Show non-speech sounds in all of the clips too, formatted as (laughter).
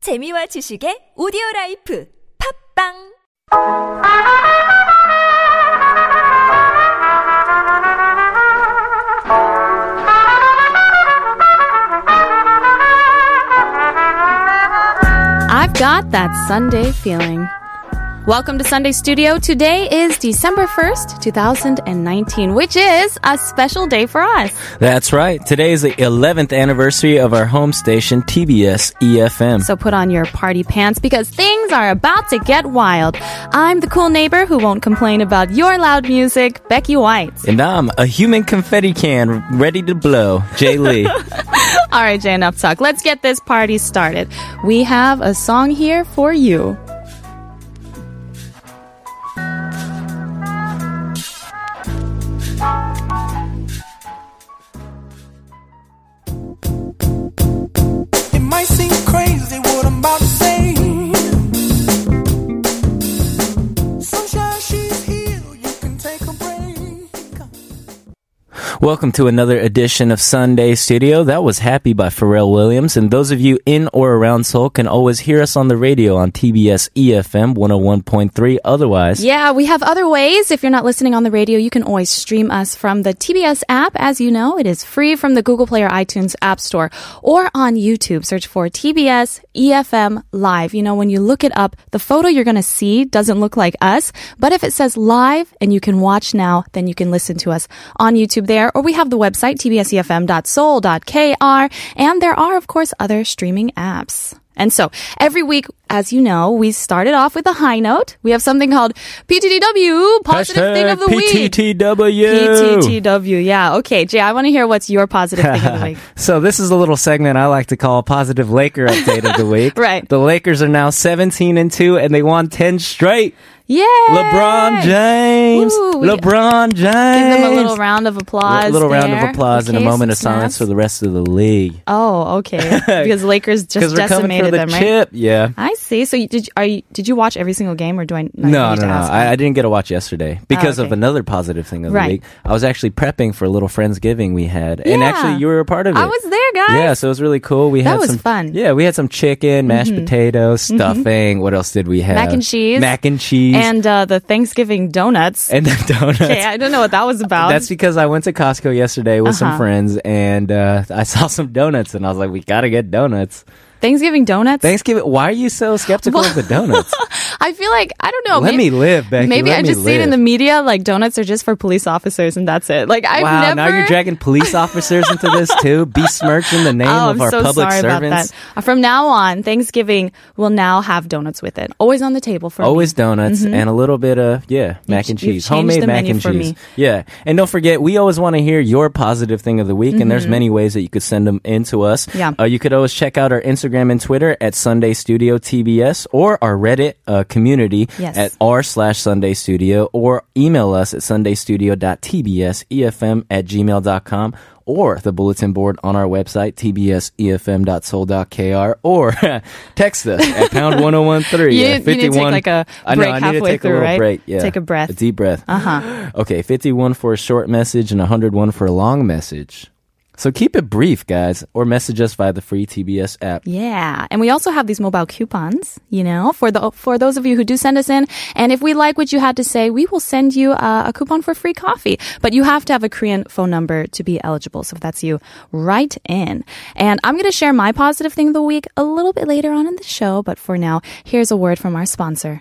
재미와 지식의 오디오 라이프 팝빵 I've got that Sunday feeling. Welcome to Sunday Studio. Today is December 1st, 2019, which is a special day for us. That's right. Today is the 11th anniversary of our home station, TBS EFM. So put on your party pants because things are about to get wild. I'm the cool neighbor who won't complain about your loud music, Becky White. and I'm a human confetti can ready to blow, (laughs) Jay Lee. All right, Jay, enough talk. Let's get this party started. We have a song here for you. It might seem crazy what I'm about to say. Sunshine, she's here. You can take a break. Welcome to another edition of Sunday Studio. That was Happy by Pharrell Williams. And those of you in or around Seoul can always hear us on the radio on TBS EFM 101.3. Otherwise, Yeah, we have other ways. If you're not listening on the radio, you can always stream us from the TBS app. As you know, it is free from the Google Play or iTunes App Store or on YouTube. Search for TBS EFM E Live. You know, when you look it up, the photo you're going to see doesn't look like us, but if it says live and you can watch now, then you can listen to us on YouTube there. Or we have the website, tbsefm.soul.kr. And there are, of course, other streaming apps. And so every week, as you know, we started off with a high note. We have something called PTTW, positive thing of the week. PTTW. PTTW, yeah. Okay, Jay, I want to hear what's your positive thing of the (laughs) week. So this is a little segment I like to call positive Laker update (laughs) of the week. Right. The Lakers are now 17 and 2 and they won 10 straight. Yeah. LeBron James. Ooh, we- LeBron Give James. them a little round of applause. A little round of there. applause and a Okay, moment of some silence for snaps. the rest of the league. Oh, (laughs) okay. Because Lakers Because just we're coming for decimated the them, right? chip. Yeah. I see. So you, did you- are you, did you watch every single game, or do I? not No, need to no, no. ask? Oh, I, I didn't get a watch yesterday because of okay. another positive thing of Right. the week. I was actually prepping for a little Friendsgiving we had. And Yeah. actually, you were a part of it. I was there, guys. Yeah, so it was really cool. We That had was some fun. Mm-hmm. Yeah, we had some chicken, mashed potatoes, stuffing. What else did we have? Mac and cheese. Mac and cheese. And uh, the Thanksgiving donuts. and then donuts. okay, I don't know what (laughs) that was about. That's because I went to Costco yesterday with some Uh-huh. friends and uh, I (laughs) saw some donuts and I was like, we gotta get donuts. Thanksgiving donuts. Thanksgiving, why are you so skeptical of the donuts? I feel like I don't know. Let me live, Becky. Maybe Let I me just see it in the live. media. Like donuts are just for police officers, and that's it. Like (laughs) I've wow, never. now you're dragging police officers into this too, besmirching the (laughs) name Oh, of I'm our so public sorry servants. about that. From now on, Thanksgiving will now have donuts with it. Always on the table for Mm-hmm. Always donuts and a little bit of yeah ch- mac and you've cheese, changed homemade the mac menu and for cheese. me. Yeah, and don't forget we always want to hear your positive thing of the week, and there's many ways that you could send them in to us. Mm-hmm. Yeah. uh, you could always check out our Instagram and Twitter at Sunday Studio TBS or our Reddit uh, community Yes. at r slash Sunday Studio or email us at sundaystudio.tbsefm E at gmail.com. Or the bulletin board on our website, E tbsefm.soul.kr, or (laughs) text us at pound 1013. You- Yeah, you need to take, 51 like, a I know, break I need to halfway take through, a little right? break. Yeah. Take a breath. Uh-huh. A deep breath. Uh huh. Okay, 51 for a short message and 101 for a long message. So keep it brief, guys, or message us via the free TBS app. Yeah, and we also have these mobile coupons, you know, for the for those of you who do send us in. And if we like what you had to say, we will send you uh, a coupon for free coffee. But you have to have a Korean phone number to be eligible. So if that's you, write in. And I'm going to share my positive thing of the week a little bit later on in the show. But for now, here's a word from our sponsor.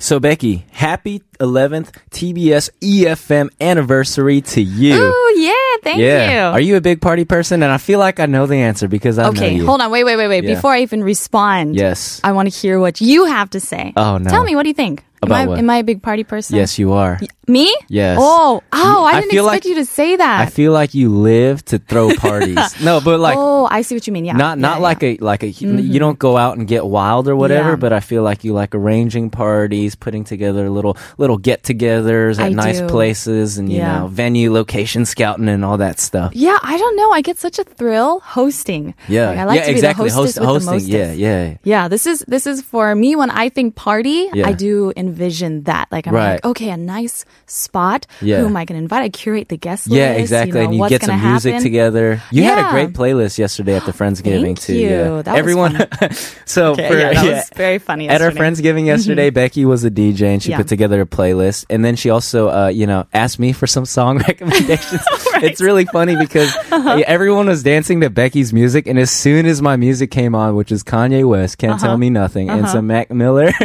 So, Becky, happy 11th TBS EFM E anniversary to you. Oh yeah, thank yeah. you. Are you a big party person? And I feel like I know the answer because I okay, know you. hold on, wait, wait, wait, wait. Yeah. Before I even respond, Yes. I want to hear what you have to say. Oh, no. Tell me, what do you think? About am I what? am I a big party person? yes, you are. Me? Yes. Oh, oh, I I didn't feel expect like- you to say that. I feel like you live to throw (laughs) parties. no, but like oh, I see what you mean. Yeah. Mm-hmm. not not like a like a you don't go out and get wild or whatever Yeah. but i feel like you like arranging parties putting together little little little get-togethers at I nice do. places and you Yeah. know venue location scouting and all that stuff. Yeah, I don't know. I get such a thrill hosting. Yeah, Like, I like yeah, to be exactly. the hostess Host- with hosting, the mostest. yeah, yeah. Yeah, this is this is for me when I think party, Yeah. I do envision that. Like I'm Right. like, okay, a nice spot. Yeah. Who am I going to invite? I curate the guest list. Yeah, exactly. You know, and you what's get gonna some happen. music together. You had a Yeah. great playlist yesterday at the Friendsgiving Thank too. Yeah, you. That was everyone. (laughs) so Okay, (laughs) for, (laughs) yeah, that was very funny At yesterday. Mm-hmm. our Friendsgiving yesterday, Becky was a DJ and she Yeah. put together a playlist, and then she also, uh, you know, asked me for some song (laughs) (laughs) recommendations. It's really funny because Uh-huh. yeah, everyone was dancing to Becky's music, and as soon as my music came on, which is Kanye West, "Can't Uh-huh. Tell Me Nothing" and some Mac Miller, (laughs) (laughs)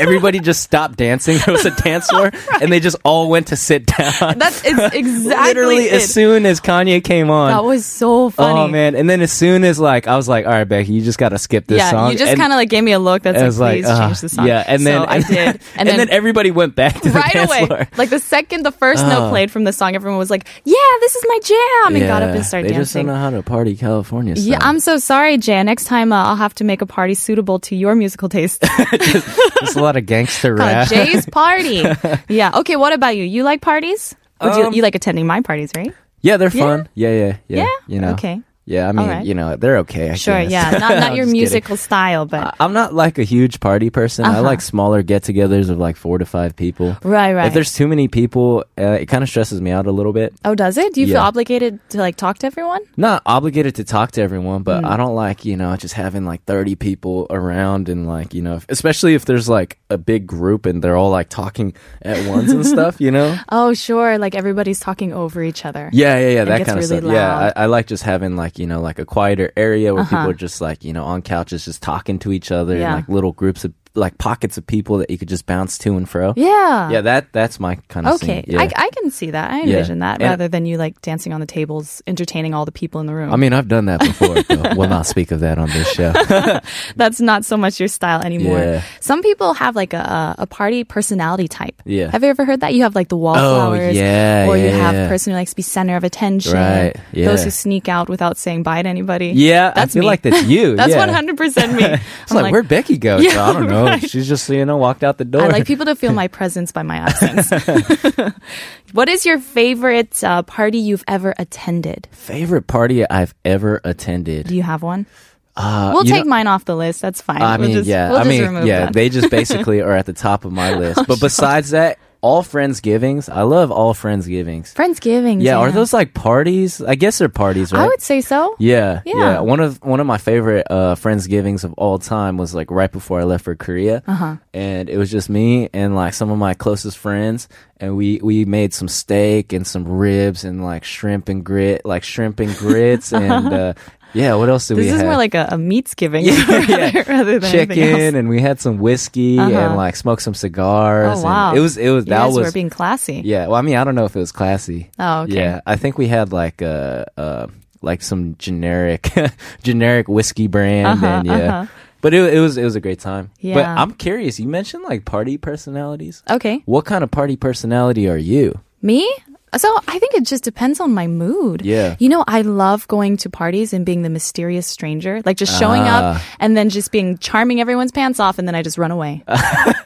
everybody just stopped dancing. There was a dance floor, and they just all went to sit down. That's (laughs) it's exactly Literally it. as soon as Kanye came on. That was so funny. Oh man! And then as soon as like I was like, all right, Becky, you just got to skip this yeah, song. you just And kind of like gave me a look that's I like, was like, please "Ugh." change the song. Yeah, (laughs) and then so I (laughs) did, and, then, everybody went back to the (laughs) right (laughs) dance away, floor. like the second the first Uh-huh. note played from the song, everyone was like, "Yeah, this is my jam," and got up and started they just dancing. don't know how to party California style. Yeah, I'm so sorry, Jay. Next time uh, I'll have to make a party suitable to your musical (laughs) taste. Just a lot of gangster (laughs) Uh, rap. Jay's party. yeah. Okay. What about you? You like parties? Would Um, you, you like attending my parties, right? (laughs) yeah, they're fun. Yeah, yeah, yeah. Yeah? You know. Okay. Yeah, I mean, right. you know, they're okay. I Sure. guess. (laughs) Yeah. Not not I'm your just kidding. Uh, musical style, but I- I'm not like a huge party person. Uh-huh. I like smaller get-togethers of like four to five people. right, right. If there's too many people, uh, it kind of stresses me out a little bit. oh, does it? Do you feel Yeah. obligated to like talk to everyone? not obligated to talk to everyone, but Mm. I don't like, you know, just having like 30 people around and like, you know, if- especially if there's like a big group and they're all like talking at once and stuff, (laughs) you know? Oh, sure. Like everybody's talking over each other. Yeah, yeah, yeah, gets that kind of really stuff. loud. Yeah, Uh-huh. I, I like just having like, you know, like a quieter area where people are just like, you know, on couches just talking to each other and Yeah. like little groups of like pockets of people that you could just bounce to and fro. Yeah. Yeah, that that's my kind of Okay, scene. Yeah. I, I can see that. I Yeah. envision that And- rather than you like dancing on the tables, entertaining all the people in the room. I mean, I've done that before, but we'll not speak of that on this (laughs) show. that's not so much your style anymore. Yeah. Some people have like a, a party personality type. Yeah. Have Oh, you ever heard that? You have like the wallflowers. yeah, Or you yeah, have yeah. a person who likes to be center of attention. Right, yeah. Those who sneak out without saying bye to anybody. Yeah, That's I feel me. like that's you. That's yeah. 100% me. I'm (laughs) It's like, where'd Becky go? Yeah, (laughs) I don't know. right. She's just you know walked out the door. I like people to feel my presence by my absence. (laughs) what is your favorite uh, party you've ever attended? (laughs) Favorite party I've ever attended. Uh, Do you have one? we'll you take know- mine off the list. That's fine. I we'll mean, just, yeah. We'll I just mean, remove yeah. that. Oh, (laughs) They just basically are at the top of my list. But besides that, all friendsgivings. I love all friendsgivings. Friendsgiving. Yeah, are those like parties? I guess they're parties, right? I would say so. Yeah, yeah, Yeah. One of one of my favorite uh, friendsgivings of all time was like right before I left for Korea, uh-huh. and it was just me and like some of my closest friends, and we we made some steak and some ribs and like shrimp and grit, like shrimp and (laughs) grits, and uh, yeah, what else did we This have? is more like a, a meats (laughs) giving (laughs) rather, rather than anything chicken, else. Uh-huh. and we had some whiskey and like smoked some cigars. Oh wow! and it was it was you that guys was were being classy. yeah, well, I mean, I don't know if it was classy. Oh, okay. Yeah, I think we had like uh, uh like some generic, (laughs) generic whiskey brand, and yeah. But it, it was it was a great time. But Yeah. I'm curious. You mentioned like party personalities. Okay, What kind of party personality are you? me. So I think it just depends on my mood. Yeah. You know, I love going to parties and being the mysterious stranger, like just showing up Ah. and then just being charming everyone's pants off, and then I just run (laughs) away,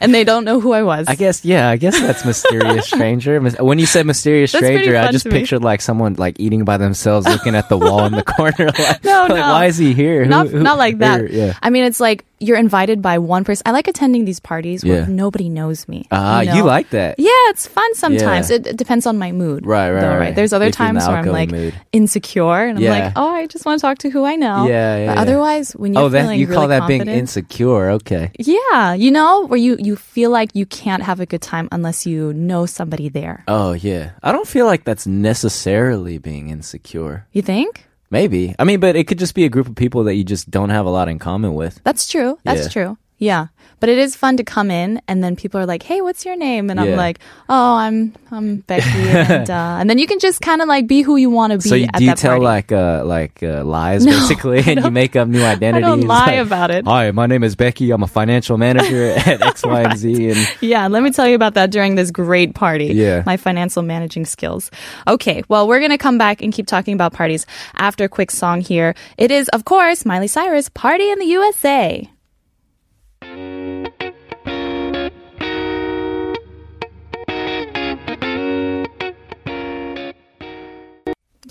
and they don't know who I was. I guess yeah. I guess that's (laughs) mysterious stranger. Mis- When you said mysterious That's pretty stranger, I fun just to me. pictured like someone like eating by themselves, looking at the wall in the corner. (laughs) Like, No, like, no. Why is he here? Who- not, who- not like or- that. Yeah. I mean, it's like you're invited by one person. I like attending these parties Yeah. where nobody knows me. Ah, you, you know? like that? Yeah, it's fun sometimes. Yeah. It, it depends on my mood. Right, right, though, right. There's other If you're in times the where I'm outgoing like mood. insecure and I'm like, Yeah. oh, I just want to talk to who I know. Yeah, yeah, But yeah. otherwise, when you're oh, that feeling you call really that being confident, insecure? Okay. yeah, you know, where you you feel like you can't have a good time unless you know somebody there. Oh yeah, I don't feel like that's necessarily being insecure. You think? Maybe I mean, but it could just be a group of people that you just don't have a lot in common with. That's true. That's Yeah. true. Yeah. But it is fun to come in and then people are like, "Hey, what's your name?" and Yeah. I'm like, "Oh, I'm I'm Becky." (laughs) and, uh, and then you can just kind of like be who you want to be So you, at do that you tell party. like uh, like uh, (laughs) lies basically, and you make up new identities. lie like, about it. Hi, my name is Becky. I'm a financial manager at X, Y, and Z, and Yeah, let me tell you about that during this great party. Yeah. My financial managing skills. Okay, well, we're going to come back and keep talking about parties after a quick song here. It is, of course, Miley Cyrus, Party in the USA.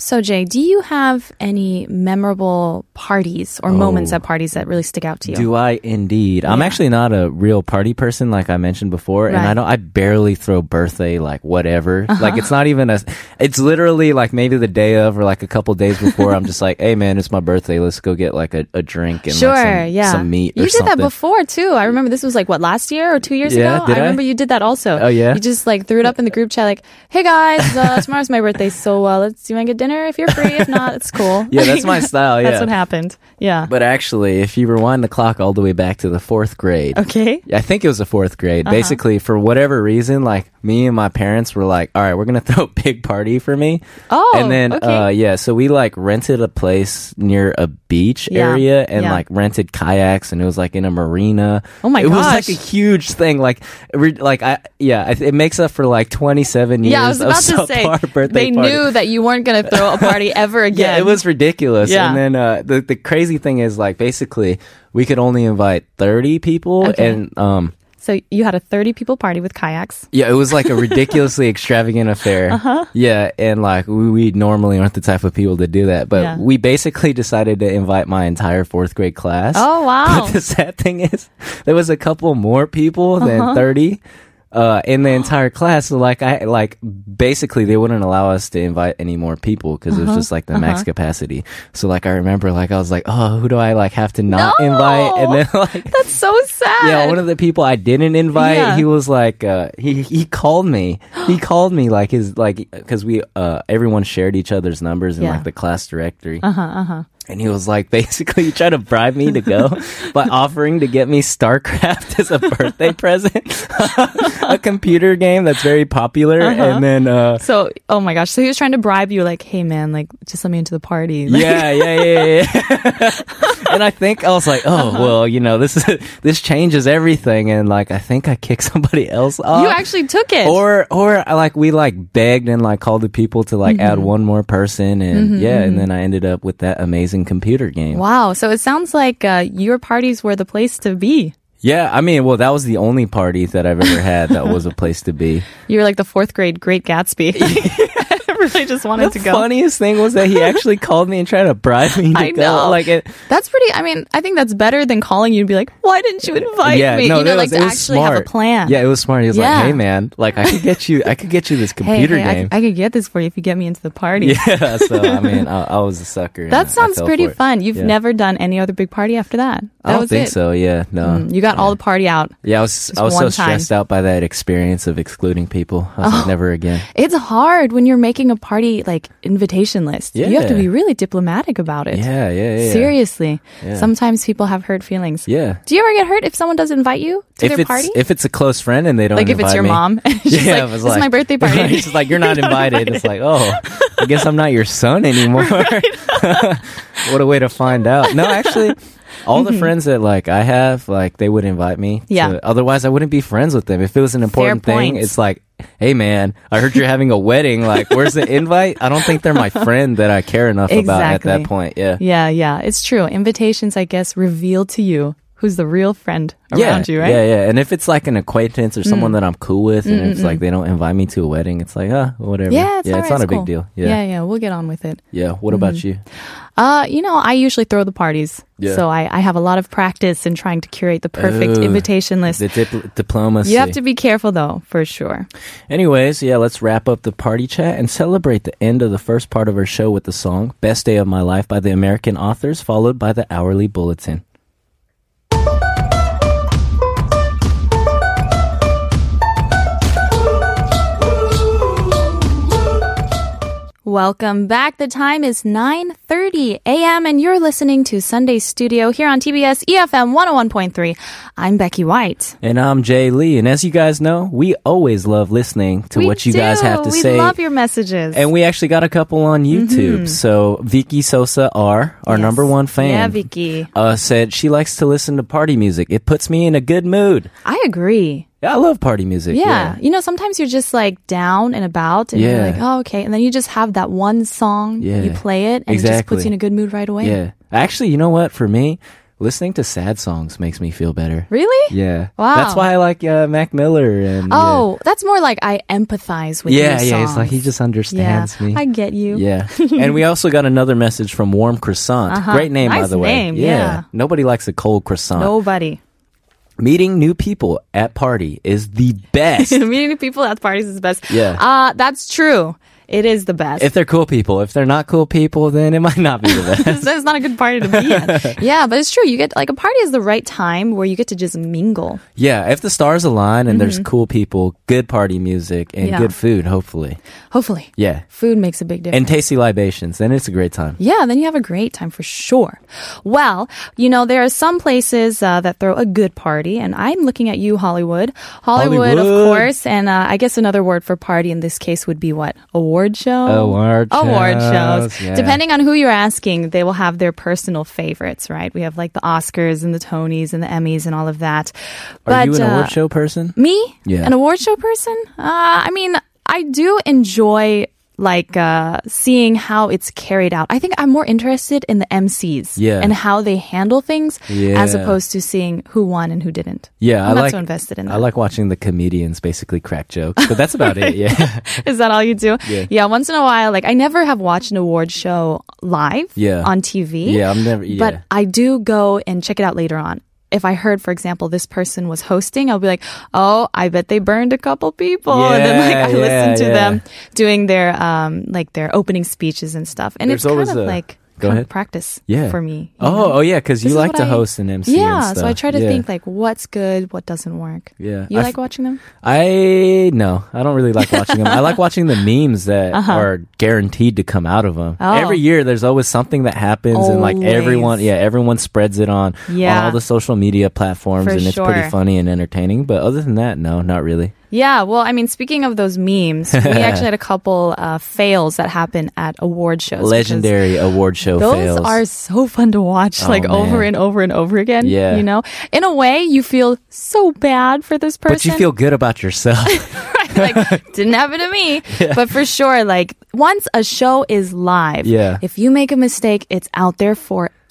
So, Jay, do you have any memorable parties or moments at parties that really stick out to you? Oh. Do I indeed? I'm actually not a real party person, like I mentioned before, and I Right. Uh-huh. don't. I barely throw birthday, like whatever. Like it's not even a. It's literally like maybe the day of or like a couple days before. I'm just like, (laughs) hey man, it's my birthday. Let's go get like a, a drink and like, Sure, some, yeah. some meat. You or did that something. before too. I remember this was like what last year or two years Yeah, ago. did I? I remember you did that also. Oh, yeah? you just like threw it up in the group chat, like, "Hey guys, (laughs) uh, tomorrow's my birthday, so uh, let's you want to get dinner if you're free. If not, it's cool." Yeah, (laughs) that's my style. Yeah, that's what happened. Yeah. But actually, if you rewind the clock all the way back to the fourth grade, okay. Uh-huh. I think it was the fourth grade. Basically, for whatever reason, like me and my parents were like, "All right, we're gonna (laughs) throw a big party for me." Oh, and then okay. uh, yeah, so we like rented a place near a beach Yeah, area and yeah. like rented kayaks, and it was like in a marina. Oh my It was like gosh. a huge thing. Like, re- like I yeah, I th- it makes up for like twenty seven years. Yeah, I was about to of say subpar birthday they parties. knew that you weren't going to throw a (laughs) party ever again. Yeah, it was ridiculous. Yeah. And then uh, the the crazy thing is like basically we could only invite thirty people, Okay. and um So you had a 30 people party with (laughs) kayaks. yeah, it was like a ridiculously extravagant affair. Uh-huh. Yeah, and like we, we normally aren't the type of people to do that, but Yeah. we basically decided to invite my entire fourth grade class. Oh wow. (laughs) But the sad thing is, there was a couple more people Uh-huh. than thirty uh, in the entire class. So like I like basically they wouldn't allow us to invite any more people because it was Uh-huh. just like the max capacity. So like I remember like I was like, oh, who do I like have to not No! invite? And then (laughs) like. That's so sad. Yeah, one of the people I didn't invite, Yeah. he was like, uh, he he called me. (gasps) He called me like his like because we uh, everyone shared each other's numbers in Yeah. Uh-huh, like the class directory. Uh huh. Uh huh. And he was like, (laughs) basically, he tried to bribe me to (laughs) go by offering to get me StarCraft as a (laughs) birthday present, (laughs) a computer game that's very popular. Uh-huh. And then, uh, So, oh my gosh. So he was trying to bribe you, like, hey man, like, just let me into the party. Like, yeah, yeah, yeah, yeah. (laughs) yeah. and I think I was like, oh Uh-huh. well, you know, this is, this changes everything. And like, I think I kicked somebody else off. You actually took it. or or I, like we like begged and like called the people to like Mm-hmm. add one more person and yeah and then i ended up with that amazing computer game wow. So it sounds like uh, your parties were the place to be. yeah i mean well that was the only party that i've ever had that was a place to (laughs) be You were like the fourth grade Great (laughs) Gatsby. (laughs) Everybody just wanted to the go. funniest thing was that (laughs) he actually called me and tried to bribe me to I go know. like it That's pretty. I mean, I think that's better than calling you and be like, "Why didn't you invite yeah me?" no you know, that like was, to it was actually smart. have a plan. yeah it was smart he was Yeah. like hey man like i could get you i could get you (laughs) this Hey, computer hey I, game (laughs) I could get this for you if you get me into the party. yeah so i mean i, I was (laughs) a sucker and I- I That sounds fell pretty for it. fun. You've Yeah. never done any other big party after that. That i don't was think it. so yeah no Mm, You got all the party out. Yeah, I was I was so one time. Oh. stressed out by that experience of excluding people. I was like, never again. It's hard when you're making a party like invitation list. You have to Yeah. be really diplomatic about it. Yeah, yeah, yeah. Seriously. Yeah. Sometimes people have hurt feelings. Yeah. Do you ever get hurt if someone doesn't invite you to If their it's party? if it's a close friend and they don't like if it's invite your me. mom (laughs) and she's (laughs) like, yeah, it this was is like- my birthday party. (laughs) She's like, you're (laughs) not invited. It's like, oh, I guess I'm not your son anymore. (laughs) what a way to find out. No, actually, all the friends that like I have, like they would invite me. Mm-hmm. Yeah. to- otherwise, I wouldn't be friends with them. If it was an important thing, point. it's like, hey man, I heard you're having a wedding. Like, where's the invite? I don't think they're my friend that I care enough about at Exactly. that point. Yeah. yeah, yeah. It's true. Invitations, I guess, reveal to you who's the real friend around you, right? Mm. Yeah, yeah. And if it's like an acquaintance or someone that I'm cool with, and it's like they don't invite me to a wedding, it's like, ah, whatever. Yeah, it's, all right, not a big cool. deal. yeah, Yeah. yeah, yeah. We'll get on with it. What Mm-hmm. about you? Uh, you know, I usually throw the parties. Yeah. So I, I have a lot of practice in trying to curate the perfect Ooh, invitation list. The dip- diplomacy. You have to be careful though, for sure. Anyways, yeah, let's wrap up the party chat and celebrate the end of the first part of our show with the song "Best Day of My Life" by the American Authors, followed by the hourly bulletin. Welcome back. The time is 9:30 a.m. and you're listening to Sunday Studio here on TBS EFM 101.3. I'm Becky White. And I'm Jay Lee, and as you guys know, we always love listening to We what you do. guys have to we say. love your messages. And we actually got a couple on YouTube. So Vicky Sosa R, our Yes. number one fan, Yeah, Vicky. uh, said she likes to listen to party music. It puts me in a good mood. I agree. I love party music. Yeah. You know, sometimes you're just like down and about and you're Yeah. like, "Oh, okay." And then you just have that one song, Yeah. you play it and it just puts Oh, Exactly. you in a good mood right away. Yeah. Actually, you know what? For me, Listening to sad songs makes me feel better. Really? Yeah. Wow. That's why I like uh, Mac Miller and. Oh, that's more like I empathize with Yeah, yeah. these yeah it's songs. like he just yeah, understands me. I get you. (laughs) yeah. and we also got another message from Warm Croissant. Uh-huh. Great name, by Nice the way. name, yeah. Nobody likes a cold croissant. Nobody. Meeting new people at party is the (laughs) best. Meeting new people at parties is the best. Yeah. Uh, that's true. It is the best. if they're cool people. If they're not cool people, then it might not be the (laughs) best. it's (laughs) it's not a good party to be (laughs) at. yeah, but it's true. You get like a party is the right time where you get to just mingle. Yeah, if the stars align and there's cool people, good party music, Mm-hmm. and Yeah. good food, hopefully. Hopefully, Yeah. food makes a big difference. And tasty libations, then it's a great time. Yeah, then you have a great time for sure. Well, you know, there are some places uh, that throw a good party, and I'm looking at you, Hollywood. Hollywood, of Hollywood. course, and uh, I guess another word for party in this case would be what? Award show? Award Award shows, shows. yeah. Depending on who you're asking, they will have their personal favorites, right? We have like the Oscars and the Tonys and the Emmys and all of that. Are you an uh, award show person? me? Yeah. An award show person? Uh, I mean, I do enjoy like uh, seeing how it's carried out. I think I'm more interested in the MCs Yeah. and how they handle things as Yeah. opposed to seeing who won and who didn't. Yeah, I'm I not so like invested in that. I like watching the comedians basically crack jokes, but that's about it. Yeah, (laughs) (laughs) Is that all you do? Yeah. Once in a while, like I never have watched an award show live. Yeah. On TV. yeah. I'm never. Yeah. But I do go and check it out later on. If I heard, for example, this person was hosting, I'll be like, oh, I bet they burned a couple people. and then like I Yeah, yeah, listen to yeah. them doing their um like their opening speeches and stuff. And There's it's kind always of a- like Go kind of ahead. practice yeah. for me. you know? Oh, oh yeah, because This is you like what I- to host an MC. Yeah, and so I stuff. try to Yeah. think like what's good, what doesn't work. Yeah. You I like f- watching them? I no, I don't really like watching them. (laughs) I like watching the memes that are guaranteed to come out of them. Uh-huh. Oh. Every year, there's always something that happens, and like everyone, Always. yeah, everyone spreads it on, on Yeah. all the social media platforms, For and it's sure. pretty funny and entertaining. But other than that, no, not really. Yeah, well, I mean, speaking of those memes, we (laughs) actually had a couple uh, fails that happen at award shows. because- Legendary award show Those fails. are so fun to watch, Oh, like over and man. over and over again. Yeah. You know, in a way, you feel so bad for this person. but you (laughs) feel good about yourself. (laughs) like, didn't happen to me. But for sure, like, once a show is live, Yeah. if you make a mistake, it's out there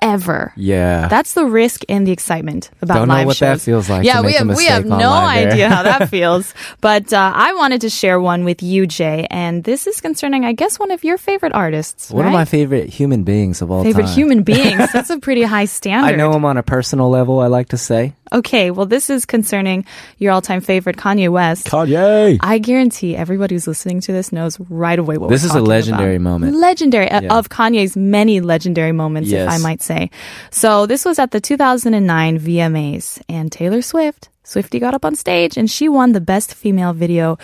forever. yeah, That's the risk and the excitement about Don't know live what that shows. feels like Yeah, to we make a have we mistake have no online there. idea how (laughs) that feels. But uh, I wanted to share one with you, Jay, and this is concerning, I guess, one of your favorite artists. one of my right? favorite human beings of all favorite time. (laughs) human beings. That's a pretty high standard. I know him on a personal level. I like to say Okay, well, this is concerning your all-time favorite, Kanye West. (laughs) Kanye. I guarantee everybody who's listening to this knows right away what This we're is a talking legendary about. moment. Legendary uh, Yeah. of Kanye's many legendary moments, if Yes. I might say. So this was at the 2009 VMAs, and Taylor Swift, Swifty got up on stage, and she won the Best Female Video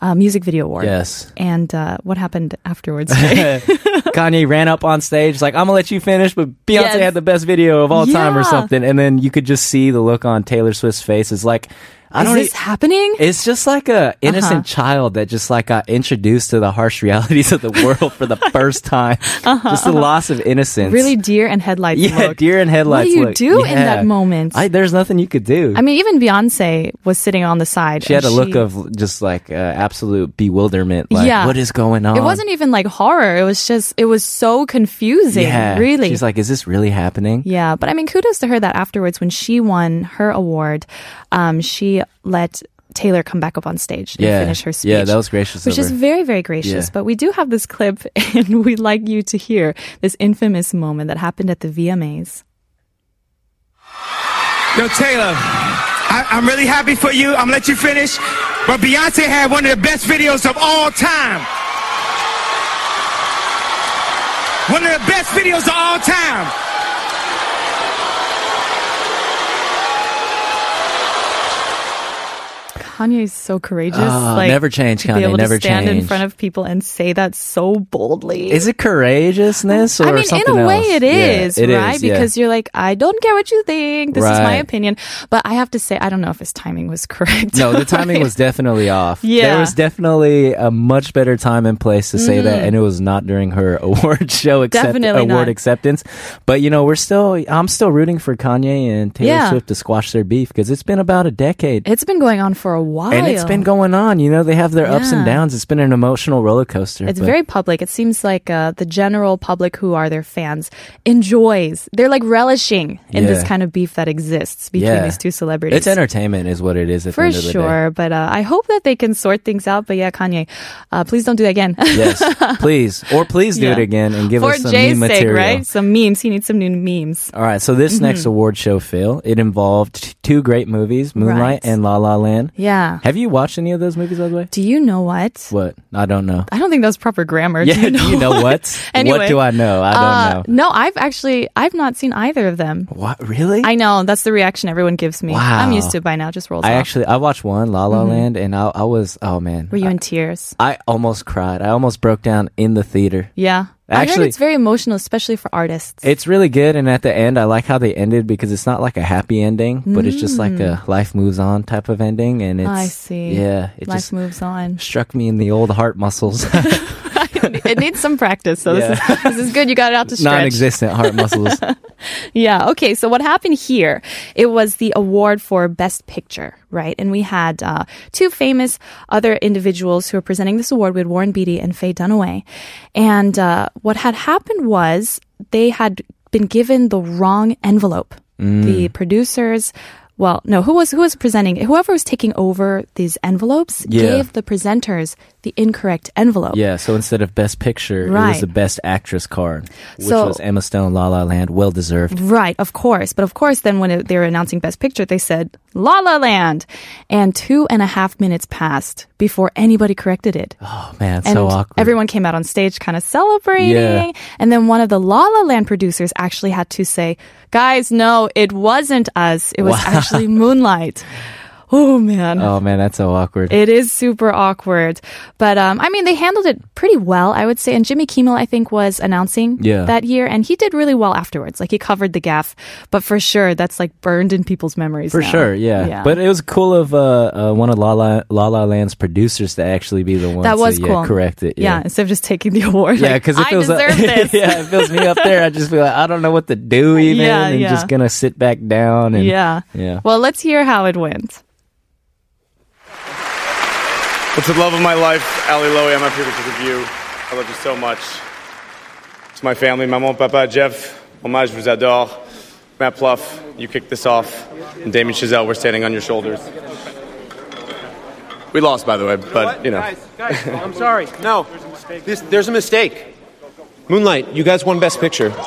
uh, Music Video Award. (laughs) Yes. And uh, what happened afterwards? (laughs) Kanye ran up on stage like, "I'm gonna let you finish," but Yes. Beyonce had the best video of all time or Yeah. something, and then you could just see the look on Taylor Swift's face. It's like, I is don't. this Uh-huh. e- happening? it's just like a innocent child that just like got introduced to the harsh (laughs) realities of the world for (laughs) the first time. just the loss of Uh-huh, innocence. really deer and headlights Yeah, look. deer in headlights. you look. do in Yeah. that moment? I, there's nothing you could do. I mean, even Beyonce was sitting on the side. she had a and look of just like uh, absolute bewilderment. Like, Yeah. what is going on? It wasn't even like horror. It was just. It was so confusing. Yeah, Really. She's like, "Is this really happening?" yeah, but I mean, kudos to her that afterwards, when she won her award, um, she let Taylor come back up on stage Yeah. and finish her speech. Yeah, that was gracious Which of is her. very, very gracious. Yeah. But we do have this clip, (laughs) and we'd like you to hear this infamous moment that happened at the VMAs. Yo, Taylor, I, I'm really happy for you. I'm gonna let you finish. But Beyonce had one of the best videos of all time. One of the best videos of all time. Kanye is so courageous. Ah, like, never change, to Kanye, Be able never to stand in change. front of people and say that so boldly. Is it courageousness or I mean, something in a way, else? it Yeah, is, it right? is, yeah. Because you're like, I don't care what you think. This is my Right. opinion. But I have to say, I don't know if his timing was (laughs) correct. (laughs) no, the Right? timing was definitely off. Yeah. There was definitely a much better time and place to say that, and it was not during her (laughs) award show accept- Mm-hmm. Definitely award not. acceptance. But you know, we're still, I'm still rooting for Kanye and Taylor Yeah. Swift to squash their beef because it's been about a decade. (laughs) It's been going on for a while. And it's been going on. You know, they have their ups and Yeah. downs. It's been an emotional roller coaster. It's but- very public. It seems like uh, the general public who are their fans enjoys. They're like relishing in this Yeah. kind of beef that exists between yeah. these two celebrities. It's entertainment, is what it is. At the For end of the day. sure, but uh, I hope that they can sort things out. But yeah, Kanye, uh, please don't do that again. (laughs) yes, please, or please do Yeah. it again and (laughs) give For us some Jay's new sake, material. right? Some memes. He needs some new memes. All right, so this next award show fail it involved t- two great movies, Moonlight Mm-hmm. Right. and La La Land. Yeah. Have you watched any of those movies, by the way? Do you know what? What? I don't (laughs) know. I don't think that's proper grammar. Yeah, (laughs) do you know, (laughs) what? Anyway, what do I know? I don't uh, know. No, I've actually I've not seen either of them. What? Really? I know that's the reaction everyone gives me. I'm Wow. used to it by now. Just rolls I off. actually I watched one La La Land and I, I was oh man Mm-hmm. Were you in tears? I almost cried I almost broke down in the theater Yeah. I heard Actually- it's very emotional, especially for artists. it's really good and at the end I like how they ended because it's not like a happy ending but it's just like a life moves on type of ending and it's Mm. I see. yeah it Life just moves (laughs) on. (laughs) struck me in the old heart muscles (laughs) it needs some practice, so this, is, this is good. You got it (laughs) out to stretch. non-existent (laughs) heart muscles Yeah. Okay. So what happened here? It was the award for Best Picture, right? And we had uh, two famous other individuals who were presenting this award. We had Warren Beatty and Faye Dunaway. And uh, what had happened was they had been given the wrong envelope. The producers. Well, no, who was who was presenting? Whoever was taking over these envelopes Yeah. gave the presenters the incorrect envelope. yeah so instead of best picture it was Right. the best actress card which So- Mm. was Emma Stone La La Land well deserved Right, of course. But of course, then when it, they were announcing Best Picture, they said La La Land. And two and a half minutes passed before anybody corrected it. oh man and so awkward everyone came out on stage kind of celebrating. And then one of the La La Land producers actually had to say, Guys, no, it wasn't us. It was actually (laughs) Moonlight. Oh, man. oh man that's so awkward It is super awkward. But um, I mean, they handled it pretty well, I would say. And Jimmy Kimmel, I think, was announcing Yeah. that year, and he did really well afterwards. Like, he covered the gaffe. But for sure, that's like burned in people's memories. For now. sure, yeah. But it was cool of uh, uh, one of La La, La La Land's producers to actually be the one that was to, cool. Yeah, correct it. Yeah. Yeah. instead of just taking the award. Yeah, like, because it I feels deserve (laughs) like, this. yeah, it feels me up there. I just feel like I don't know what to do even, Yeah, and yeah. just gonna sit back down. And yeah. yeah. Well, let's hear how it went. It's the love of my life, Ali Lowy. I'm up here because of you. I love you so much. To my family, maman, papa, Jeff, hommage, vous adore. Matt Pluff, you kicked this off. And Damon Chazelle, we're standing on your shoulders. We lost, by the way, but you know. Guys, (laughs) guys, I'm sorry. No, this, there's a mistake. Moonlight, you guys won Best Picture. Come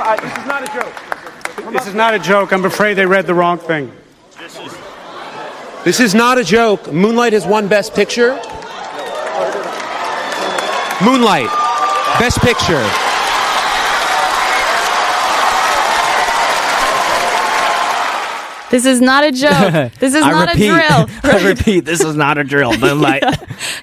on, this is not a joke. This is not a joke. I'm afraid they read the wrong thing. This is not a joke. Moonlight has won Best Picture. Moonlight, Best Picture. This is not a (laughs) joke. This is I not repeat, a drill. (laughs) I repeat, this is not a drill. Moonlight.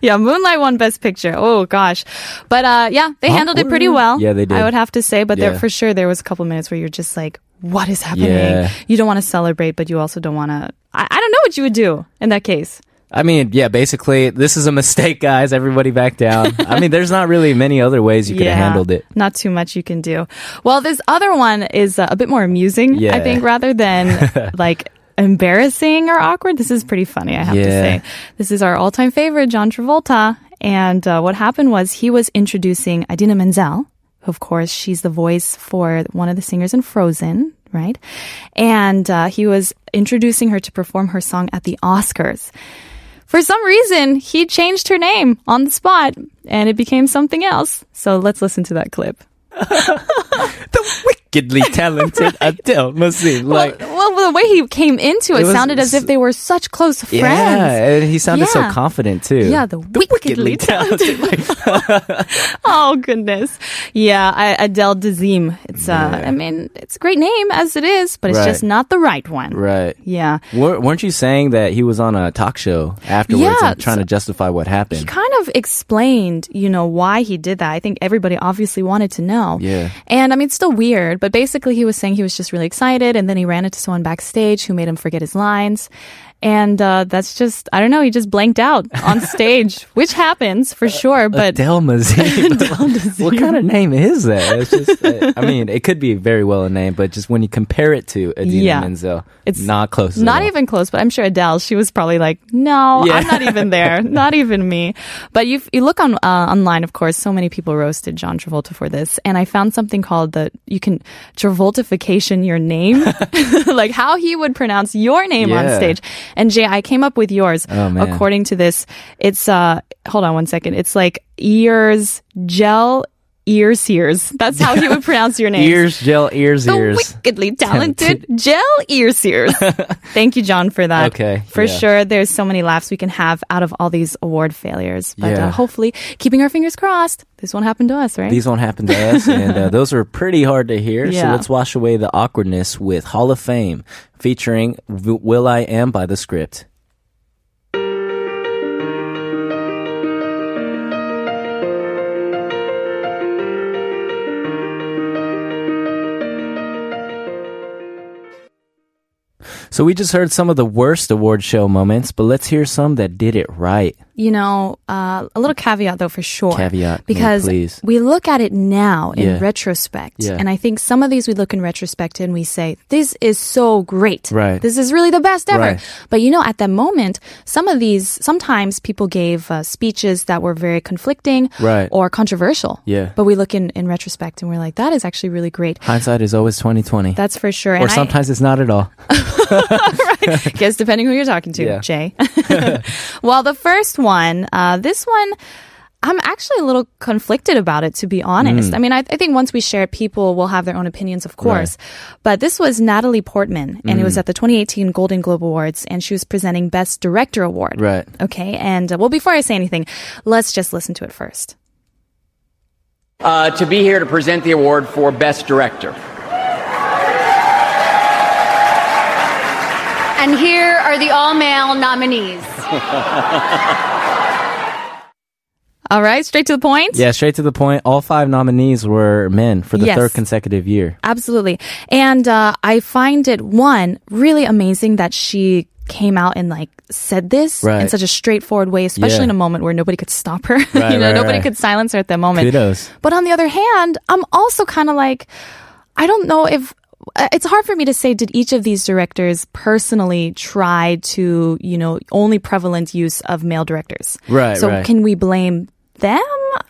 Yeah, Moonlight won Best Picture. Oh gosh, but uh, yeah, they handled it pretty well. Yeah, they did. I would have to say, but Yeah. there for sure there was a couple minutes where you're just like, "What is happening?" Yeah. You don't want to celebrate, but you also don't want to. I, I don't know what you would do in that case. I mean, yeah, basically, this is a mistake, guys. Everybody back down. I mean, there's not really many other ways you could have handled it. Not too much you can do. Well, this other one is uh, a bit more amusing, Yeah. I think, rather (laughs) than like embarrassing or awkward. This is pretty funny, I have to Yeah. say. This is our all time favorite, John Travolta. And uh, what happened was he was introducing Idina Menzel. Of course, she's the voice for one of the singers in Frozen, right? And uh, he was introducing her to perform her song at the Oscars. For some reason, he changed her name on the spot and it became something else. So let's listen to that clip. (laughs) Wickedly talented Adele Masim. Like, well, well, the way he came into it, It was sounded as s- if they were such close friends. yeah, and he sounded so Yeah. confident too. Yeah, the, wickedly, talented. (laughs) oh goodness, yeah, I, Adele Dazeem. It's uh, I mean, it's a great name as it is, but it's Right. just not the right one. (laughs) Right. Yeah. Wer- Weren't you saying that he was on a talk show afterwards Yeah, and trying to justify what happened? He kind of explained, you know, why he did that. I think everybody obviously wanted to know. Yeah. And I mean, it's still weird, but basically he was saying he was just really excited and then he ran into someone backstage who made him forget his lines. And uh, that's just, I don't know, he just blanked out on (laughs) stage, which happens for sure. But Adele (laughs) Mazim. Adele Mazim. What kind of name is that? It's just, uh, I- I mean, it could be very well a name, but just when you compare it to Adina Yeah. Menzel, It's it's not close. at Not all. even close, but I'm sure Adele. She was probably like, "No, Yeah. I'm not even (laughs) there. not even me." But you you look on uh, online, of course. So many people roasted John Travolta for this, and I found something called the you can Travoltification your (laughs) name, (laughs) like how he would pronounce your name on Yeah. stage. And Jay, I came up with yours Oh, man. according to this. It's uh, hold on one second. It's like ears gel ear sears. That's how he would pronounce your name Ears, gel, ears, the ears. wickedly talented Talented. gel ear sears. (laughs) Thank you, John, for that. Okay, For yeah. sure, there's so many laughs we can have out of all these award failures. But uh, Yeah. hopefully, keeping our fingers crossed, this won't happen to us, right? These won't happen to us, and uh, those are pretty hard to hear. So Yeah. let's wash away the awkwardness with Hall of Fame featuring v- Will I Am by the script. So we just heard some of the worst award show moments, but let's hear some that did it right. you know, uh, a little caveat though for sure. Caveat me, because please. we look at it now in Yeah. retrospect, Yeah. and I think some of these we look in retrospect and we say this is so great, Right. This is really the best ever. Right. But you know, at that moment, some of these sometimes people gave uh, speeches that were very conflicting, Right. or controversial, Yeah. But we look in in retrospect and we're like, that is actually really great. Hindsight is always twenty twenty, That's for sure. and or I- sometimes it's not (laughs) at all. guess depending who you're talking to, Yeah. (laughs) Jay. (laughs) well, the first one, uh, this one, I'm actually a little conflicted about it, to be Mm. honest. I mean, I, I think once we share it, people will have their own opinions, of course. But this was Natalie Portman, and it Mm. was at the 2018 Golden Globe Awards, and she was presenting Best Director Award. Right. Okay. And, uh, well, before I say anything, let's just listen to it first. uh, to be here to present the award for Best Director. And here are the all male nominees. All right. Straight to the point. Yeah, straight to the point. All five nominees were men for the Yes. third consecutive year. Absolutely. And uh, I find it, one, really amazing that she came out and like said this in Right. such a straightforward way, especially in Yeah. a moment where nobody could stop her. (laughs) Right, you know, right, nobody right. could silence her at that moment. Kudos. But on the other hand, I'm also kind of like, I don't know if. uh, It's hard for me to say. Did each of these directors personally try to, you know, only prevalent use of male directors? Right, So right. can we blame them?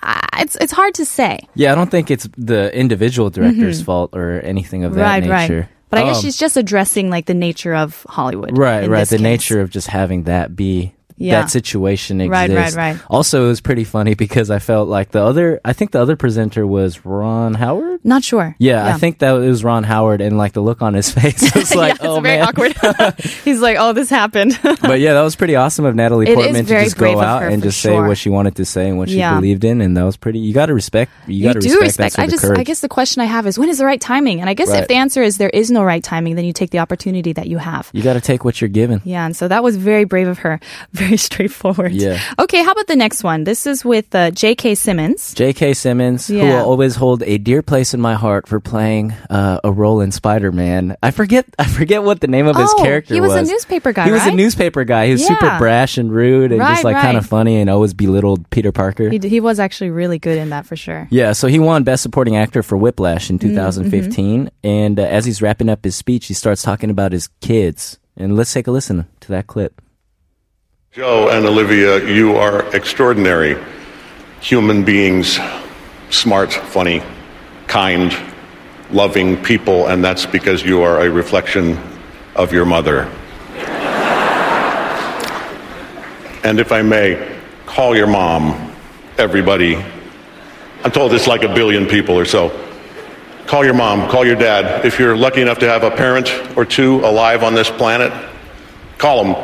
I- It's it's hard to say. Yeah, I don't think it's the individual director's fault or anything of that nature. Mm-hmm. But I guess Um, she's just addressing like the nature of Hollywood. in right, right. this The case. nature of just having that be Yeah. that situation Right, exist. right, right. Also, it was pretty funny because I felt like the other. I think the other presenter was Ron Howard. Not sure. Yeah, I think that was Ron Howard, and like the look on his (laughs) face (laughs) yeah, was like, it's "Oh very man." (laughs) awkward. (laughs) He's like, "Oh, this happened." but yeah, that was pretty awesome of Natalie It is Portman to very just brave of go out her, and for just say sure. what she wanted to say and what she Yeah. believed in, and that was pretty. You got to respect. (laughs) You you got to do respect. respect, I that sort just, of I courage. guess the question I have is, when is the right timing? And I guess if Right. the answer is there is no right timing, then you take the opportunity that you have. you got to take what you're given. Yeah, and so that was very brave of her. (laughs) Very straightforward. Yeah. Okay, how about the next one? This is with uh, J.K. Simmons. J.K. Simmons, who Yeah. will always hold a dear place in my heart for playing uh, a role in Spider-Man. I forget, I forget what the name of his Oh, character he was a newspaper guy, He was a right? newspaper guy. He was Yeah. super brash and rude, and Right, just like right. kind of funny, and always belittled Peter Parker. He, d- he was actually really good in that for sure. Yeah, so he won Best Supporting Actor for Whiplash Mm, mm-hmm. in 2015. And uh, as he's wrapping up his speech, he starts talking about his kids. And let's take a listen to that clip. Joe and Olivia, you are extraordinary human beings, smart, funny, kind, loving people, and that's because you are a reflection of your mother. and if I may, call your mom, everybody. I'm told it's like a billion people or so. Call your mom, call your dad. If you're lucky enough to have a parent or two alive on this planet, Call them.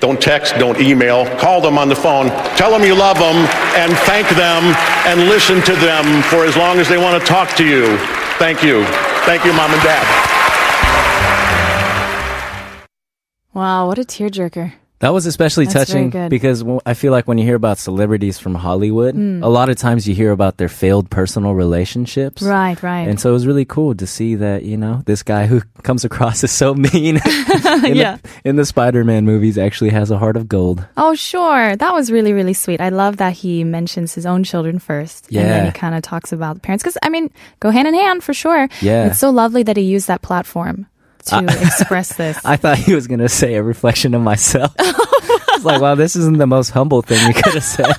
Don't text, don't email. Call them on the phone. Tell them you love them and thank them and listen to them for as long as they want to talk to you. Thank you. Thank you, Mom and Dad. Wow, what a tearjerker. That was especially That's very touching good. because w- I feel like when you hear about celebrities from Hollywood, Mm. a lot of times you hear about their failed personal relationships. Right, right. And so it was really cool to see that, you know, this guy who comes across as so mean (laughs) in, (laughs) Yeah. the, in the Spider Man movies actually has a heart of gold. Oh, sure. That was really, really sweet. I love that he mentions his own children first. And then Yeah. he kind of talks about the parents. Because, I mean, go hand in hand for sure. Yeah. It's so lovely that he used that platform to I- (laughs) express this. I thought he was going to say a reflection of (laughs) myself. it's like, wow, this isn't the most humble thing you could have said.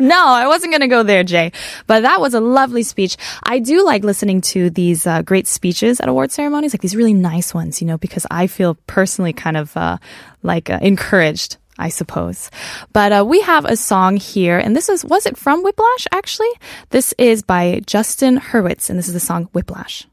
No, I wasn't going to go there, Jay. But that was a lovely speech. I do like listening to these uh, great speeches at award ceremonies, like these really nice ones, you know, because I feel personally kind of uh, like uh, encouraged. I suppose. But uh, we have a song here, and this is, was it from Whiplash actually? This is by Justin Hurwitz, and this is the song Whiplash.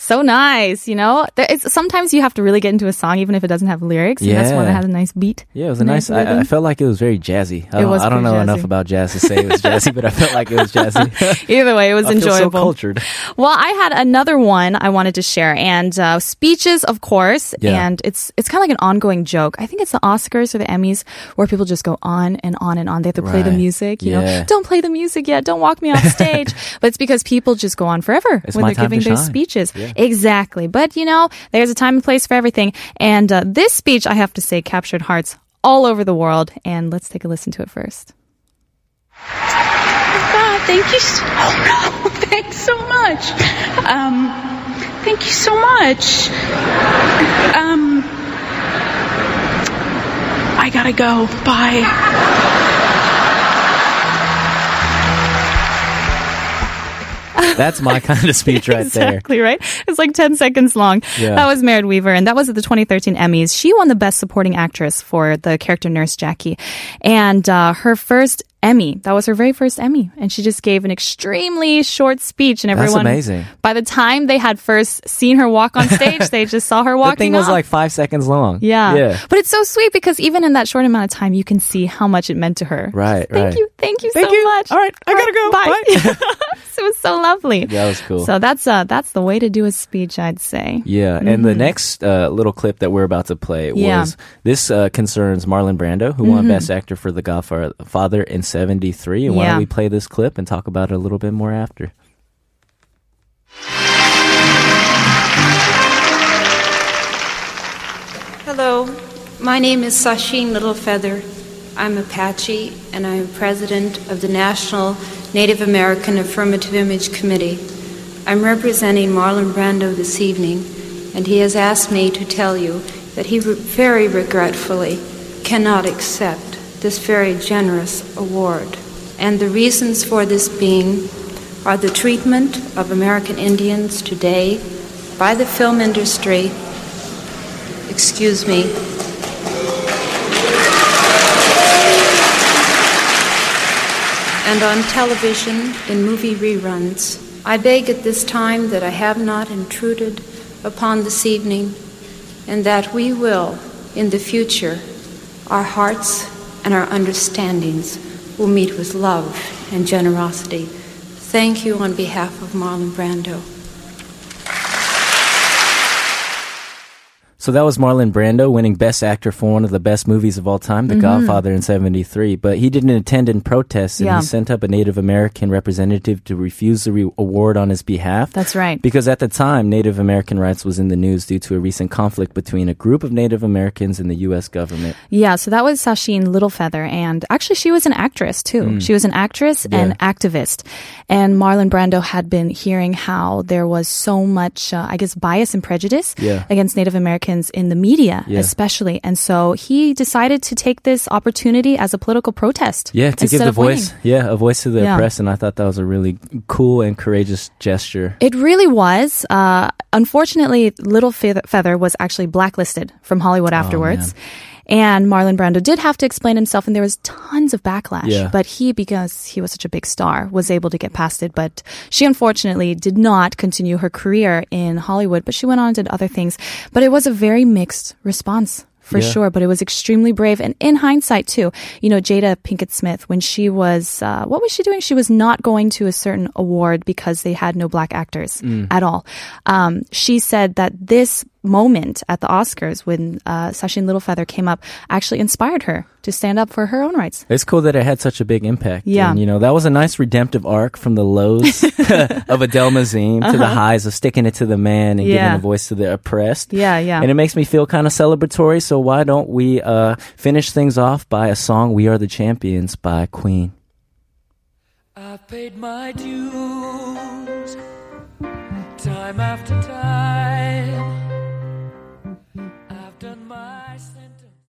So nice, you know? There is, sometimes you have to really get into a song, even if it doesn't have lyrics, and that's one that Yeah. has a nice beat. (laughs) Yeah, it was a nice. rhythm. I, I felt like it was very jazzy. I It don't, was I don't know pretty jazzy. enough about jazz to say it was jazzy, but I felt like it was jazzy. (laughs) Either way, (laughs) it was I feel so enjoyable. cultured. Well, I had another one I wanted to share, and uh, speeches, of course, Yeah. and it's it's kind of like an ongoing joke. I think it's the Oscars or the Emmys where people just go on and on and on. They have to play the Right. music, you know. Yeah. Don't play the music yet. Don't walk (laughs) me off stage. but it's because people just go on forever It's when my they're time to giving those shine. speeches. Yeah. Exactly. But you know, there's a time and place for everything, and uh, this speech I have to say captured hearts all over the world. And let's take a listen to it first. God, thank you so (laughs) oh, no, thanks so much. Um, thank you so much. Um, I gotta go. Bye. That's my kind of speech right there. exactly right. It's like ten seconds long. Yeah. That was Merritt Weaver, and that was at the 2013 Emmys. She won the Best Supporting Actress for the character Nurse Jackie, and uh, her first Emmy. That was her very first Emmy, and she just gave an extremely short speech, and That's everyone. amazing. By the time they had first seen her walk on stage, they just saw (laughs) her That walking. thing was off. like five seconds long. Yeah. Yeah. But it's so sweet because even in that short amount of time, you can see how much it meant to her. Right. Thank right. you. Thank you so much. All right. I gotta go. Bye. (laughs) it was so lovely. That was cool. So that's uh that's the way to do a speech, I'd say. Yeah, and the next uh, little clip that we're about to play Mm-hmm. Yeah. was this uh, concerns Marlon Brando, who won Mhm. Best Actor for The Godfather in '73. And why Yeah. don't we play this clip and talk about it a little bit more after? Hello, my name is Sasheen Littlefeather. I'm Apache and I am president of the National Native American Affirmative Image Committee. I'm representing Marlon Brando this evening, and he has asked me to tell you that he re- very regretfully cannot accept this very generous award. And the reasons for this being are the treatment of American Indians today by the film industry excuse me. And on television, in movie reruns. I beg at this time that I have not intruded upon this evening, and that we will, in the future, our hearts and our understandings will meet with love and generosity. Thank you on behalf of Marlon Brando. So that was Marlon Brando winning Best Actor for one of the best movies of all time, The Mhm. Godfather in 73. But he didn't attend in protest and Yeah. he sent up a Native American representative to refuse the re- award on his behalf. That's right. Because at the time, Native American rights was in the news due to a recent conflict between a group of Native Americans and the U.S. government. Yeah, so that was Sasheen Littlefeather, and actually she was an actress too. Mm. She was an actress and activist. And Marlon Brando had been hearing how there was so much, uh, I guess, bias and prejudice Yeah. against Native Americans in the media, Yeah. especially. And so he decided to take this opportunity as a political protest. Yeah, to give instead the of winning. voice, yeah, a voice to the Yeah. oppressed, and I thought that was a really cool and courageous gesture. It really was. Uh, unfortunately, Little Fe- Feather was actually blacklisted from Hollywood Oh, afterwards. and Marlon Brando did have to explain himself, and there was tons of backlash. Yeah. But he, because he was such a big star, was able to get past it. But she unfortunately did not continue her career in Hollywood, but she went on and did other things. But it was a very mixed response for Yeah. sure, but it was extremely brave. And in hindsight, too, you know, Jada Pinkett Smith, when she was, uh, what was she doing? She was not going to a certain award because they had no black actors Mm. at all. Um, she said that this moment at the Oscars when uh, Sachin Littlefeather came up actually inspired her to stand up for her own rights. It's cool that it had such a big impact. Yeah. And, you know, that was a nice redemptive arc from the (laughs) lows (laughs) of Adele Mazim to the Uh-huh. highs of sticking it to the man and Yeah. giving a voice to the oppressed. Yeah, yeah. And it makes me feel kind of celebratory. So why don't we uh, finish things off by a song, We Are the Champions by Queen? I've paid my dues time after